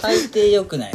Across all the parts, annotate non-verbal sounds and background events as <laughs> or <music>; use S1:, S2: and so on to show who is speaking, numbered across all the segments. S1: 大抵良くない。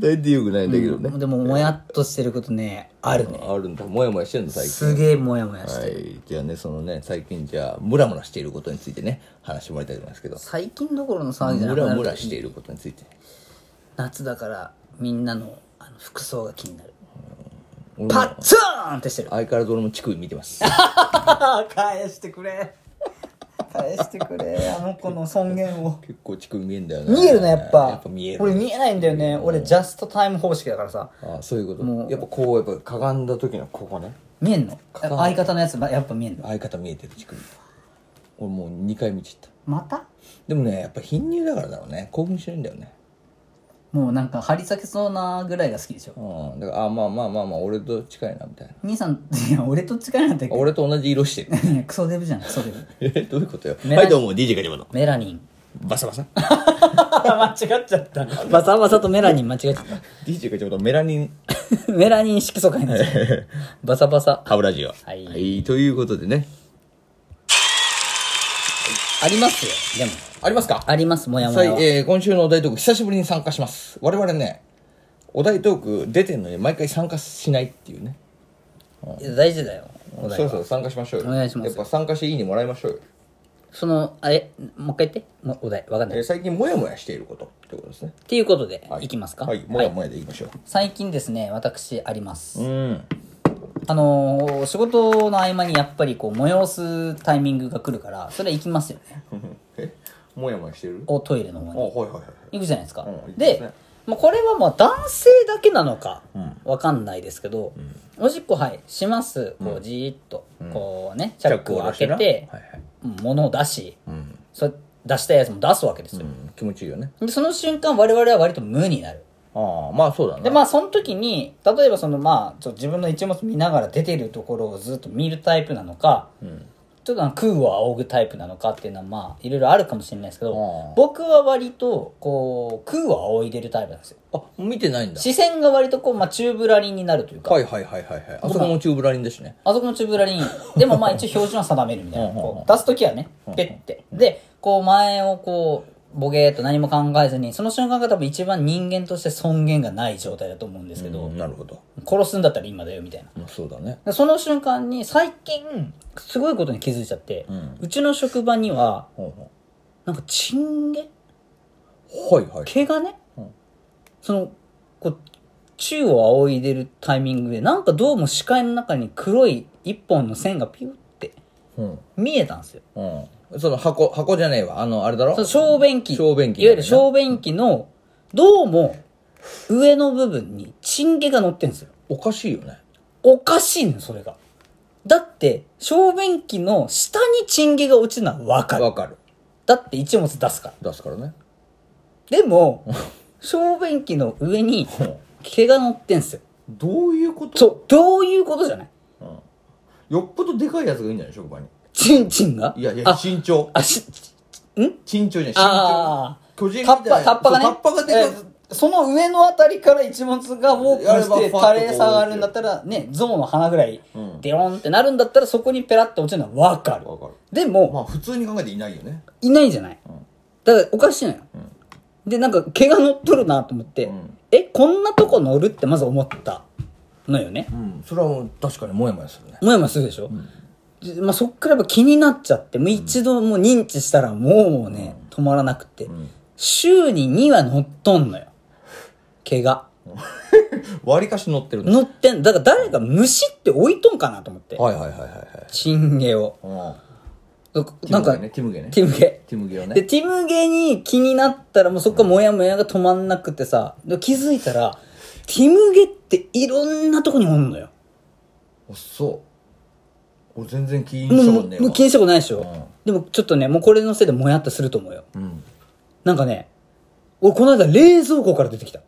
S2: 大体よくないんだけどね。
S1: でも、もやっとしてることね、あるね。
S2: あるんだ。もやもやしてんの、最近。
S1: すげえもやもやして。
S2: はい。じゃあね、そのね、最近じゃあ、ムラムラしていることについてね、話してもらいたいと思いますけど。
S1: 最近どころの騒ぎじゃなく
S2: ム
S1: な
S2: ラ
S1: る
S2: ムラしていることについて。
S1: 夏だから、みんなのあの服装が気になる。
S2: 俺も
S1: パッツーンって
S2: <laughs>
S1: してる。
S2: 相変わらず俺も乳首見
S1: <laughs>
S2: てます。
S1: 返してくれ。返してくれ、あの子の尊厳を。
S2: 結構乳首見えんだよね。
S1: 見えるね、やっぱ。
S2: やっぱ見える。
S1: 俺見えないんだよね。俺、ジャストタイム方式だからさ。
S2: ああそういうこと。やっぱこう、やっぱかがんだ時のここね。
S1: 見えんの相方のやつ、まやっぱ見えんの
S2: 相方見えてる乳首。俺もう2回見ちゃった。
S1: また
S2: でもね、やっぱ貧乳だからだろうね。興奮しないんだよね。
S1: もうなんか張り裂けそうなぐらいが好きでしょ。
S2: うん。だから、あ、まあまあまあまあ、俺と近いな、みたいな。
S1: 兄さん、いや、俺と近いなんて、
S2: 俺と同じ色してる。 <laughs>
S1: いやクソデブじゃん、クソデブ。
S2: え、どういうことよ。
S1: メラニン
S2: はい、どうも、DJ ガチャバの。
S1: メラニン。
S2: バサバサ。
S1: <laughs> 間違っちゃった。バサバサとメラニン間違っちゃっ
S2: DJ ガチャバのメラニン <laughs>
S1: た。メラニン色素かになっちゃった。バサバサ。
S2: ハブラジオ。
S1: はい
S2: ということでね。
S1: ありますよ。でも、
S2: ありますか
S1: あります、もやも
S2: さい
S1: やは。
S2: えー今週のお題トーク、久しぶりに参加します。我々ね、お題トーク出てんのに毎回参加しないっていうね。
S1: いや大事だよ。お題
S2: そうそう、参加しましょうよ。
S1: お願いします
S2: やっぱ参加していいにもらいましょうよ。
S1: その、あれ、もう一回言って。もお題、わかんな
S2: え
S1: い。
S2: ー
S1: っ
S2: 最近、もやもやしていることってことですね。
S1: ていうことで、、
S2: はい
S1: きますか。
S2: はい、もやもやでいきましょう。
S1: 最近ですね、私あります。
S2: うん。 <laughs>
S1: あのー仕事の合間にやっぱりこう、催すタイミングが来るから、それは行きますよね。
S2: え、もやもやしてる
S1: お、トイレの方
S2: あ、
S1: に。
S2: はいはいはい。
S1: 行くじゃないですか。
S2: うん行きますね
S1: で、まあ、これはまあ男性だけなのか、わかんないですけど、おしっこはい、します。こう、じーっと、こうね、チャックを開けて
S2: チャックを出してな、はいはい
S1: うん物を出し、
S2: うん。
S1: そ出したいやつも出すわけですよ
S2: う。ん、気持ちいいよね。
S1: で、その瞬間我々は割と無になる。
S2: ああ、まあそうだね。
S1: で、まあ、その時に、例えばその、まあ、ちょっと自分の一物見ながら出てるところをずっと見るタイプなのか、
S2: ん
S1: ちょっとあの空を仰ぐタイプなのかっていうのは、まあ、いろいろあるかもしれないですけど
S2: ああ、
S1: 僕は割と、こう、空を仰いでるタイプなんですよ。
S2: あ、見てないんだ。
S1: 視線が割とこう、まあ、チューブラリンになるというか、
S2: はいはいはいはいはい。あそこもチューブラリンだしね。
S1: あそこのチューブラリン、でも
S2: <laughs>
S1: まあ、一応標準は定めるみたいな。
S2: うんうんうん
S1: こう出す時はね、ペッて。で、こう、前をこう、ボケーっと何も考えずに、その瞬間が多分一番人間として尊厳がない状態だと思うんですけど、
S2: うんなるほど。
S1: 殺すんだったら今だよ、みたいな。
S2: まあそうだね。
S1: でその瞬間に最近すごいことに気づいちゃって、うんちの職場には
S2: ほうほ
S1: なんかチンゲ
S2: うはいはい。
S1: 毛がね、
S2: うん
S1: そのこう宙を仰いでるタイミングでなんかどうも視界の中に黒い一本の線がピュって
S2: うん。
S1: 見えたんですよ
S2: うん。その箱、箱じゃねえわ。あの、あれだろ
S1: その小便器
S2: 小便器
S1: いわゆる小便器のどうも上の部分にチンゲが乗ってんですよ
S2: おかしいよね。
S1: おかしいのよそれがだって小便器の下にチンゲが落ちるのは分かる
S2: わかる。
S1: だって一物出すから。
S2: 出すからね。
S1: でも、小便器の上に
S2: ん
S1: 毛が乗ってんすよ。
S2: どういうこと
S1: そう、どういうことじゃない
S2: よっぽどでかいやつがいいんじゃない職場に。
S1: チンチンが
S2: いやいや、
S1: あ、
S2: 身長。
S1: あ、し、
S2: 身長じゃない身
S1: あ
S2: 長。
S1: ー
S2: 巨人み
S1: タッ
S2: た
S1: パ、
S2: いな。
S1: タッパがね。
S2: そうタッパがでかい。
S1: えその上のあたりから一物がウォークして
S2: あれ
S1: 垂
S2: は
S1: れ下がるんだったら、ね、象の鼻ぐらい
S2: うん、
S1: デヨンってなるんだったら、そこにペラッと落ちるのはわかる。
S2: わかる。
S1: でも、
S2: まあ普通に考えていないよね。
S1: いないじゃない。
S2: ん
S1: だからおかしいのよ。で、なんか毛が乗っとるなと思って、
S2: ん
S1: え、こんなとこ乗るってまず思ったのよね。
S2: うん。それはもう確かにもやもやするね。
S1: もやもやするでしょ、でまあ、そっからやっぱ気になっちゃって、もう一度もう認知したらもうね、止まらなくて、週に2は乗っとんのよ。毛が。
S2: 割りかし乗ってるね。
S1: 乗ってんだから誰か虫って置いとんかなと思って。
S2: はいはいはいはいはい。
S1: チンゲを。
S2: う
S1: なんか、
S2: ティムゲねティムゲね
S1: ティムゲ。
S2: ティムゲをね
S1: で、ティムゲに気になったら、もうそっからモヤモヤが止まんなくてさ、で気づいたら、ティムゲっていろんなとこにおんのよ。
S2: ん。あそう。俺全然気に
S1: も
S2: した
S1: う
S2: もんねえわ。
S1: もう気にしたことないでしょ、
S2: うん
S1: でもちょっとね、もうこれのせいでもやっとすると思うよ。
S2: うん。
S1: なんかね、俺この間冷蔵庫から出てきた。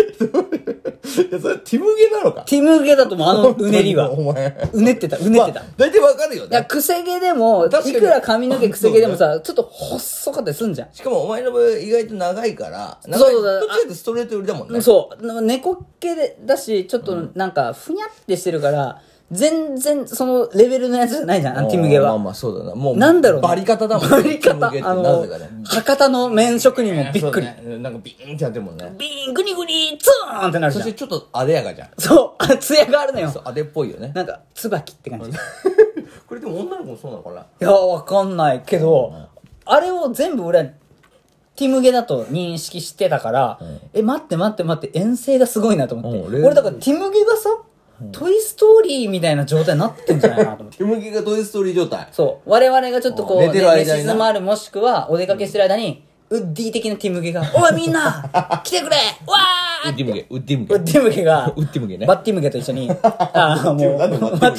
S2: いやそれティムゲなのか
S1: ティムゲだともうあのうねりは。
S2: お前。
S1: うねってた、うねってた。い
S2: 大体わかるよね
S1: や、。くせ毛でも、い
S2: 確かに
S1: くら髪の毛くせ毛でも
S2: <laughs>
S1: さ、ちょっと細かったりすんじゃん。
S2: しかもお前の場合意外と長いから、
S1: そうそうそう
S2: 長いどっちかというとストレート寄りだもんね。
S1: そう。猫っ毛でだし、ちょっとなんか、ふにゃってしてるから、全然そのレベルのやつじゃないじゃん、アンティムゲ
S2: まあ
S1: は。
S2: まあそうだな。もう、
S1: なんだろうね
S2: バリ方だもん
S1: バリ方、
S2: アンティムゲって
S1: あ
S2: な
S1: の
S2: ぜかね。、
S1: 博多の麺職人もびっくり。
S2: そうねなんかビーンってやってるもんね。
S1: ビーン、グニグニ、ツーンってなるじ
S2: そ
S1: ゃ
S2: して
S1: ん。
S2: ちょっとあでやかじゃん。
S1: そう、あ、艶があるの
S2: そ
S1: よ。
S2: うあでっぽいよ
S1: <laughs>
S2: ね。
S1: なんか、椿って感じ。い
S2: これでも女の子もそうなのかな
S1: や、わかんないけど、あれを全部俺、ティムゲだと認識してたから、え、待って待って待って、遠征がすごいなと思って。
S2: うん
S1: 俺だからティムゲがさ、トイストーリーみたいな状態になってんじゃないかな
S2: <laughs>
S1: と思って。
S2: 手向きがトイストーリー状態。
S1: そう。我々がちょっとこう、
S2: うん寝てる間にな
S1: 寝静まるもしくは、お出かけしてる間に、ウッディ的なティム
S2: <laughs>
S1: ゲが、おいみんな来てくれわ
S2: ウ
S1: ー
S2: ッディムゲ、ウッディム
S1: ウ
S2: ゲ。
S1: ッディムゲが、
S2: <laughs> ウッディムゲね
S1: バッティムゲと一緒
S2: <laughs>
S1: に、ああ、もう、間違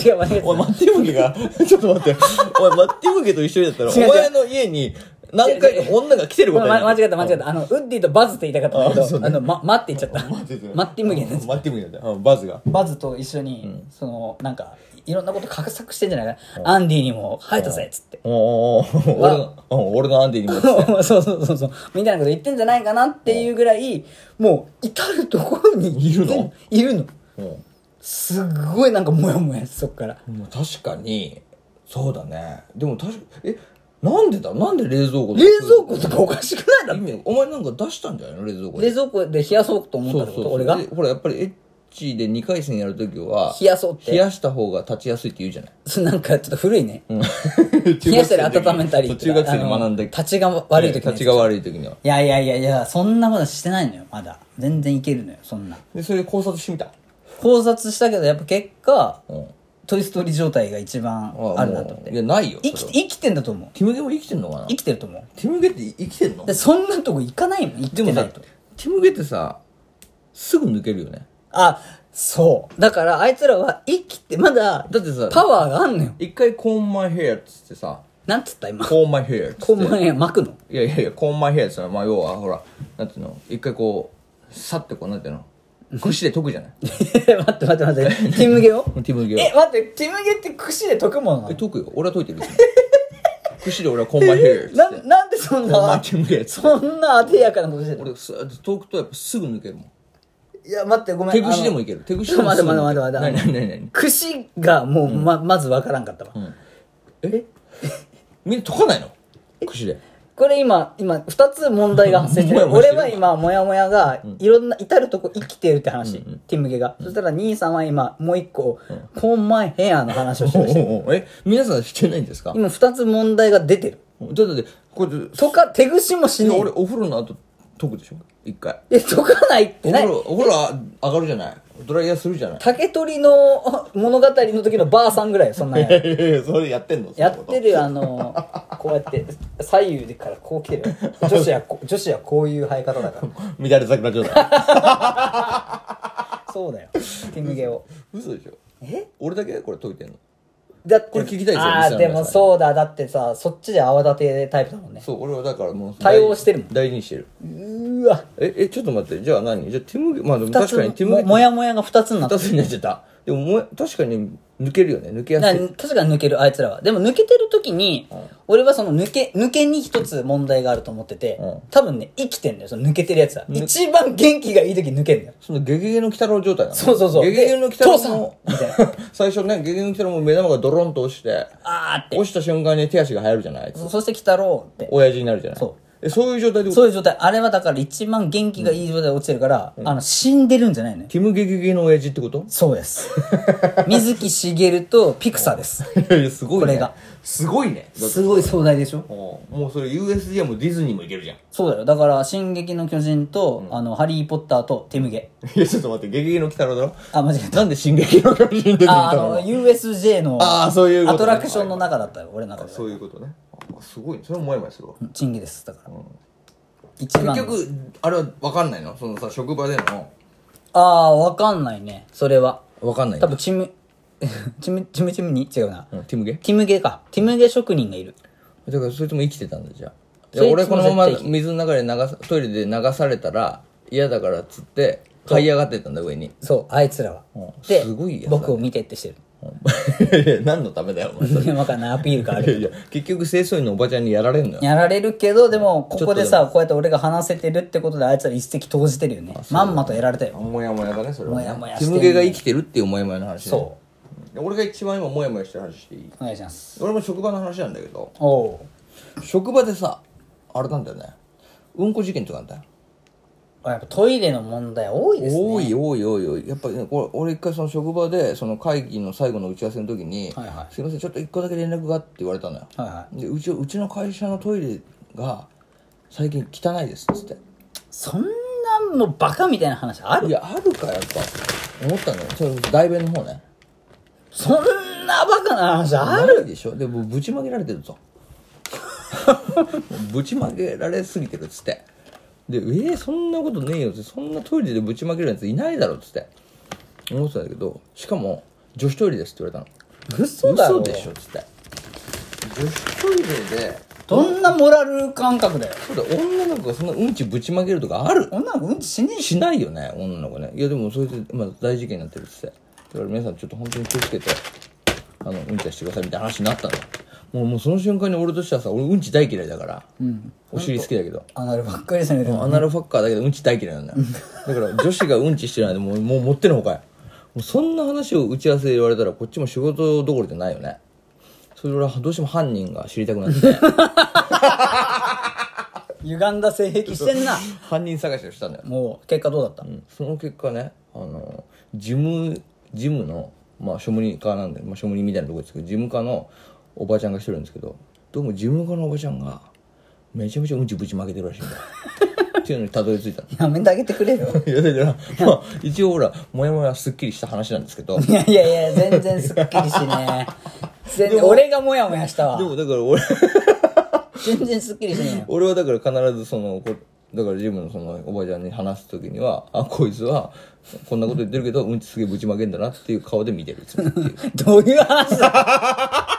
S1: え間違え
S2: おい、マッティムゲが、 <laughs> ちょっと待って、おい、マッティムゲと一緒にだったら、
S1: 違う違う
S2: お前の家に何回か女が来てることにな
S1: ま
S2: る。
S1: 間違った間違った。あの、ウッディとバズって言いたかったんだ
S2: あ
S1: け
S2: そ
S1: ど、
S2: うね
S1: あの、ま、マって言っちゃっ
S2: <laughs>
S1: た。マ
S2: マジで
S1: ッティムゲです。
S2: マッティムゲだよ。うんバズが。
S1: バズと一緒に、その、なんか、いろんなこと画策してんじゃないかな。アンディにも、生えたぜっつって。
S2: おーおーおー俺の、うん俺のアンディにも。
S1: <laughs> そうそうそうそう。みたいなこと言ってんじゃないかなっていうぐらい、もう、至るところに
S2: いるの
S1: いるの。
S2: うん
S1: すっごいなんかモヤモヤ、そっから。
S2: まあ確かにそうだねでも確かえなんでだなんで冷蔵庫
S1: 冷蔵庫とかおかしくないだ
S2: 意
S1: ろ
S2: 味お前なんか出したんじゃないの冷蔵庫に
S1: 冷蔵庫で冷やそうと思ったっ
S2: そう
S1: て
S2: そ
S1: こと
S2: うそう
S1: 俺が
S2: でほらやっぱりエッチで2回戦やるときは
S1: 冷やそうって
S2: 冷やした方が立ちやすいって言うじゃない
S1: そう <laughs> なんかちょっと古いね。冷
S2: <laughs> 冷
S1: やしたり温めたり。
S2: 中学生で学んだ
S1: 立ちが悪い時
S2: 立ちが悪い時にはい
S1: やいやいやいや、そんなことしてないのよ、まだ。全然いけるのよ、そんな。
S2: でそれで考察してみた
S1: 考察したけど、やっぱ結果、
S2: うん
S1: トイストーリー状態が一番あるなと思っ
S2: もうい
S1: て。
S2: やないよ
S1: 生き
S2: そ
S1: て
S2: れは
S1: 生きてんだと思う。
S2: ティムゲも生きてんのかな
S1: 生きてると思う。
S2: ティムゲって生きてんの
S1: で、そんなとこ行かないもん、行っ
S2: で
S1: て
S2: も
S1: な
S2: さ
S1: いと。
S2: ティムゲってさすぐ抜けるよね
S1: あ、そう。だから、あいつらは生きて、まだ、
S2: だってさ
S1: パワーがあんのよ。
S2: 一回「コーンマイヘア」っつって <laughs> さ
S1: なんつった今。
S2: コーンマイヘアっつって
S1: こんばんや、巻く
S2: <laughs>
S1: の。
S2: いやいやいやコーンマイヘアっつってのはまあ要はほらなんていうの一回こうさってこうなんていうの櫛で解くじゃ <laughs> ない
S1: 待って待って待って。ティムゲを
S2: ティムゲを
S1: え、待って、ティムゲって櫛で解くものな
S2: え
S1: の
S2: 解くよ俺は解いてるよ別に櫛で俺はコーンマイヘアっつって
S1: な、なんでそん
S2: コーンマイ
S1: な、
S2: ティムゲっつって
S1: そんなあてやかなことしてる
S2: 俺すーって解くとやっぱすぐ抜けるもん
S1: いや、待って、ごめん。
S2: 手櫛でもいける手櫛でも
S1: 待
S2: す
S1: て
S2: ぐ
S1: 待て
S2: 抜け
S1: 待て
S2: る
S1: 待て待
S2: 何
S1: て。
S2: 何何何
S1: 櫛がもう、ま、まずわからんかったわ。
S2: えみんな解かないの櫛で
S1: これ今、今、二つ問題が発生してる。
S2: もやもやし
S1: 俺
S2: てる
S1: は今、モヤモヤが、いろんな、至るとこ生きてるって話、ティムゲが。そしたら、兄さんは今、もう一個、コーンマイヘアの話をしてました。
S2: おうおうえ皆さんしてないんですかだ
S1: 今、二つ問題が出てる。
S2: ってだってこれ
S1: とか、手串もしね
S2: 俺お風呂の後解くでしょ一回
S1: え。え、とかないって
S2: お
S1: な
S2: 風
S1: い
S2: 呂お風呂上がるじゃないドライヤーするじゃない
S1: 竹取の物語の時のばあさんぐらいよ、そんなんや。
S2: それやってんの
S1: やってるよあのーこうやって左右でからこう来てるよ女子は
S2: <laughs>
S1: こ女子はこういう生え方だか
S2: 乱れ桜状態
S1: らそうだよティムゲを
S2: 嘘でしょ
S1: え
S2: 俺だけこれ解いてんの
S1: だって
S2: これ聞きたいですよ
S1: ああ
S2: リスナーの皆さん
S1: でもそうだだってさそっちで泡立てタイプだもんね
S2: そう俺はだからもう
S1: 対応してるもん
S2: 大事にしてる
S1: うーわ
S2: ええちょっと待ってじゃあ何じゃあ手向けまあでも
S1: 二
S2: 確かに
S1: つ
S2: 手向
S1: も
S2: け
S1: もやもやが2つになった
S2: 2つになっちゃったでももう確かに抜けるよね抜けや
S1: な
S2: すい
S1: 確かに抜けるあいつらはでも抜けてる時に、俺はその抜け抜けに一つ問題があると思ってて、
S2: うん
S1: 多分ね生きてんだよその抜けてるやつは一番元気がいい時抜けんだよ
S2: そのゲゲゲの鬼太郎状態なの
S1: そうそうそう
S2: ゲゲゲの鬼太郎
S1: で
S2: も
S1: 父さ
S2: <laughs> 最初ねゲゲゲの鬼太郎も目玉がドロンと落ちて
S1: あーって
S2: 落ちた瞬間に手足が入るじゃないあいつ
S1: そそして鬼太郎って
S2: 親父になるじゃない
S1: そ
S2: えそういう状 <laughs> 態で
S1: そういう状態。あれはだから一番元気がいい状態で落ちてるから、あの、死んでるんじゃないのよ。
S2: ティムゲゲゲの親父ってこと
S1: そう
S2: <laughs>
S1: です。水木しげるとピクサーです。
S2: いやいやすごい
S1: こ
S2: ね
S1: れが
S2: すごいね
S1: すごい壮大でしょ
S2: もうそれ USJ もディズニーもいけるじゃん
S1: そうだよ。だから、進撃の巨人と、あの、ハリーポッターと、ティムゲ。
S2: いやちょっと待って「ゲゲゲの鬼太郎」だろ
S1: あ、間違えた。
S2: なんで「進撃の巨人」出てき
S1: あ、
S2: た
S1: あ
S2: の
S1: の、USJ の、
S2: あーそういうことね
S1: アトラクションの中だったよ、俺の中では。
S2: そういうことねあすごいねそれももやもやするわ
S1: チンゲです。だから。一番。
S2: 結局あれは分かんないのそのさ職場での
S1: ああ、わかんないね。それは。
S2: 分かんない
S1: 多分、チム、 <laughs> チム、チムチムに違うな。
S2: うんティムゲ
S1: ティムゲか。ティムゲ職人がいる。
S2: だからそいつも生きてたんだじゃあい
S1: そいつ
S2: や
S1: も
S2: 俺このまま
S1: 絶対生
S2: 水の中で流さトイレで流されたら嫌だからっつって這い上がってったんだ上に
S1: そう、あいつらは。で、
S2: すごいやつだね
S1: 僕を見てってしてる。
S2: いやいや何のためだよお前それ
S1: いやわかんない、アピールがあ
S2: <laughs> いや
S1: る。
S2: いや結局清掃員のおばちゃんにやられんのよ
S1: やられるけど、でも、ここでさ、こうやって俺が話せてるってことで、あいつら一石投じてるよね。まんまとやられたよ。
S2: もやもやだねそれはね
S1: もやもやして
S2: テ
S1: んね
S2: ィムゲが生きてるっていうもやもやの話ね
S1: そう。
S2: 俺が一番今モヤモヤしてる話していい
S1: お願いします。
S2: 俺も職場の話なんだけど
S1: おお
S2: 職場でさあれなんだよねうんこ事件とかなんだよ
S1: う。やっぱトイレの問題多いですね。
S2: 多い多い多い多いやっぱりねこれ俺一回その職場でその会議の最後の打ち合わせの時に「
S1: はいはい
S2: すいませんちょっと一個だけ連絡が」って言われたのよ、
S1: はいは
S2: でうちうちの会社のトイレが最近汚いですっつって
S1: そんなもうバカみたいな話あ
S2: い
S1: る
S2: やあるかやっぱ思ったのよそれ代弁の方ね
S1: そんなバカな話ある
S2: るでしょでもうぶちまげられてる
S1: <laughs>
S2: ぞぶちまげられすぎてるっつってでえー、そんなことねえよっつってそんなトイレでぶちまけるやついないだろっつって思ってたんだけどしかも女子トイレですって言われたの
S1: 嘘だろ。
S2: でしょっつって女子トイレで
S1: どんなモラル感覚だよ。
S2: そうだ女の子がそんなうんちぶちまけるとかある
S1: 女の子うんちしねえし。
S2: しないよね女の子ねいやでもそれで、まあ、大事件になってるっつってだから皆さんちょっと本当に気をつけてあのうんちはしてくださいみたいな話になったのもうもうその瞬間に俺としてはさ俺うんち大嫌いだから、お尻好きだけど
S1: アナルばっかりされてる。
S2: アナルファッカーだけどうんち大嫌いなんだよだから女子がうんちしてないでもうもう持ってのほかよもうそんな話を打ち合わせで言われたらこっちも仕事どころじゃないよねそれ俺はどうしても犯人が知りたくなって
S1: <laughs> 歪んだ性癖してんな。
S2: 犯人探しをしたんだよ
S1: もう、結果どうだった
S2: うんその結果ねあの事務事務の、まあ、庶務課なんで、まあ、庶務人みたいなとこですけど事務課のおばちゃんが一人いるんですけどどうも事務課のおばちゃんがめちゃめちゃうんちぶちまけてるらしいんだよ <laughs> っていうのにたどり着いたの
S1: やめてあげてくれよ。
S2: いやだからまあ一応ほらモヤモヤすっきりした話なんですけど
S1: いやいやいや、全然すっきりしねえ。全然、俺がモヤモヤした
S2: で
S1: わ。
S2: もだから俺
S1: 全然すっきりしねえよ。
S2: 俺はだから必ずそのこだからジムのそのおばちゃんに話す時にはあこいつはこんなこと言ってるけどうんちすげえぶちまけんだなっていう顔で見てるいつもっていう
S1: どういう話だ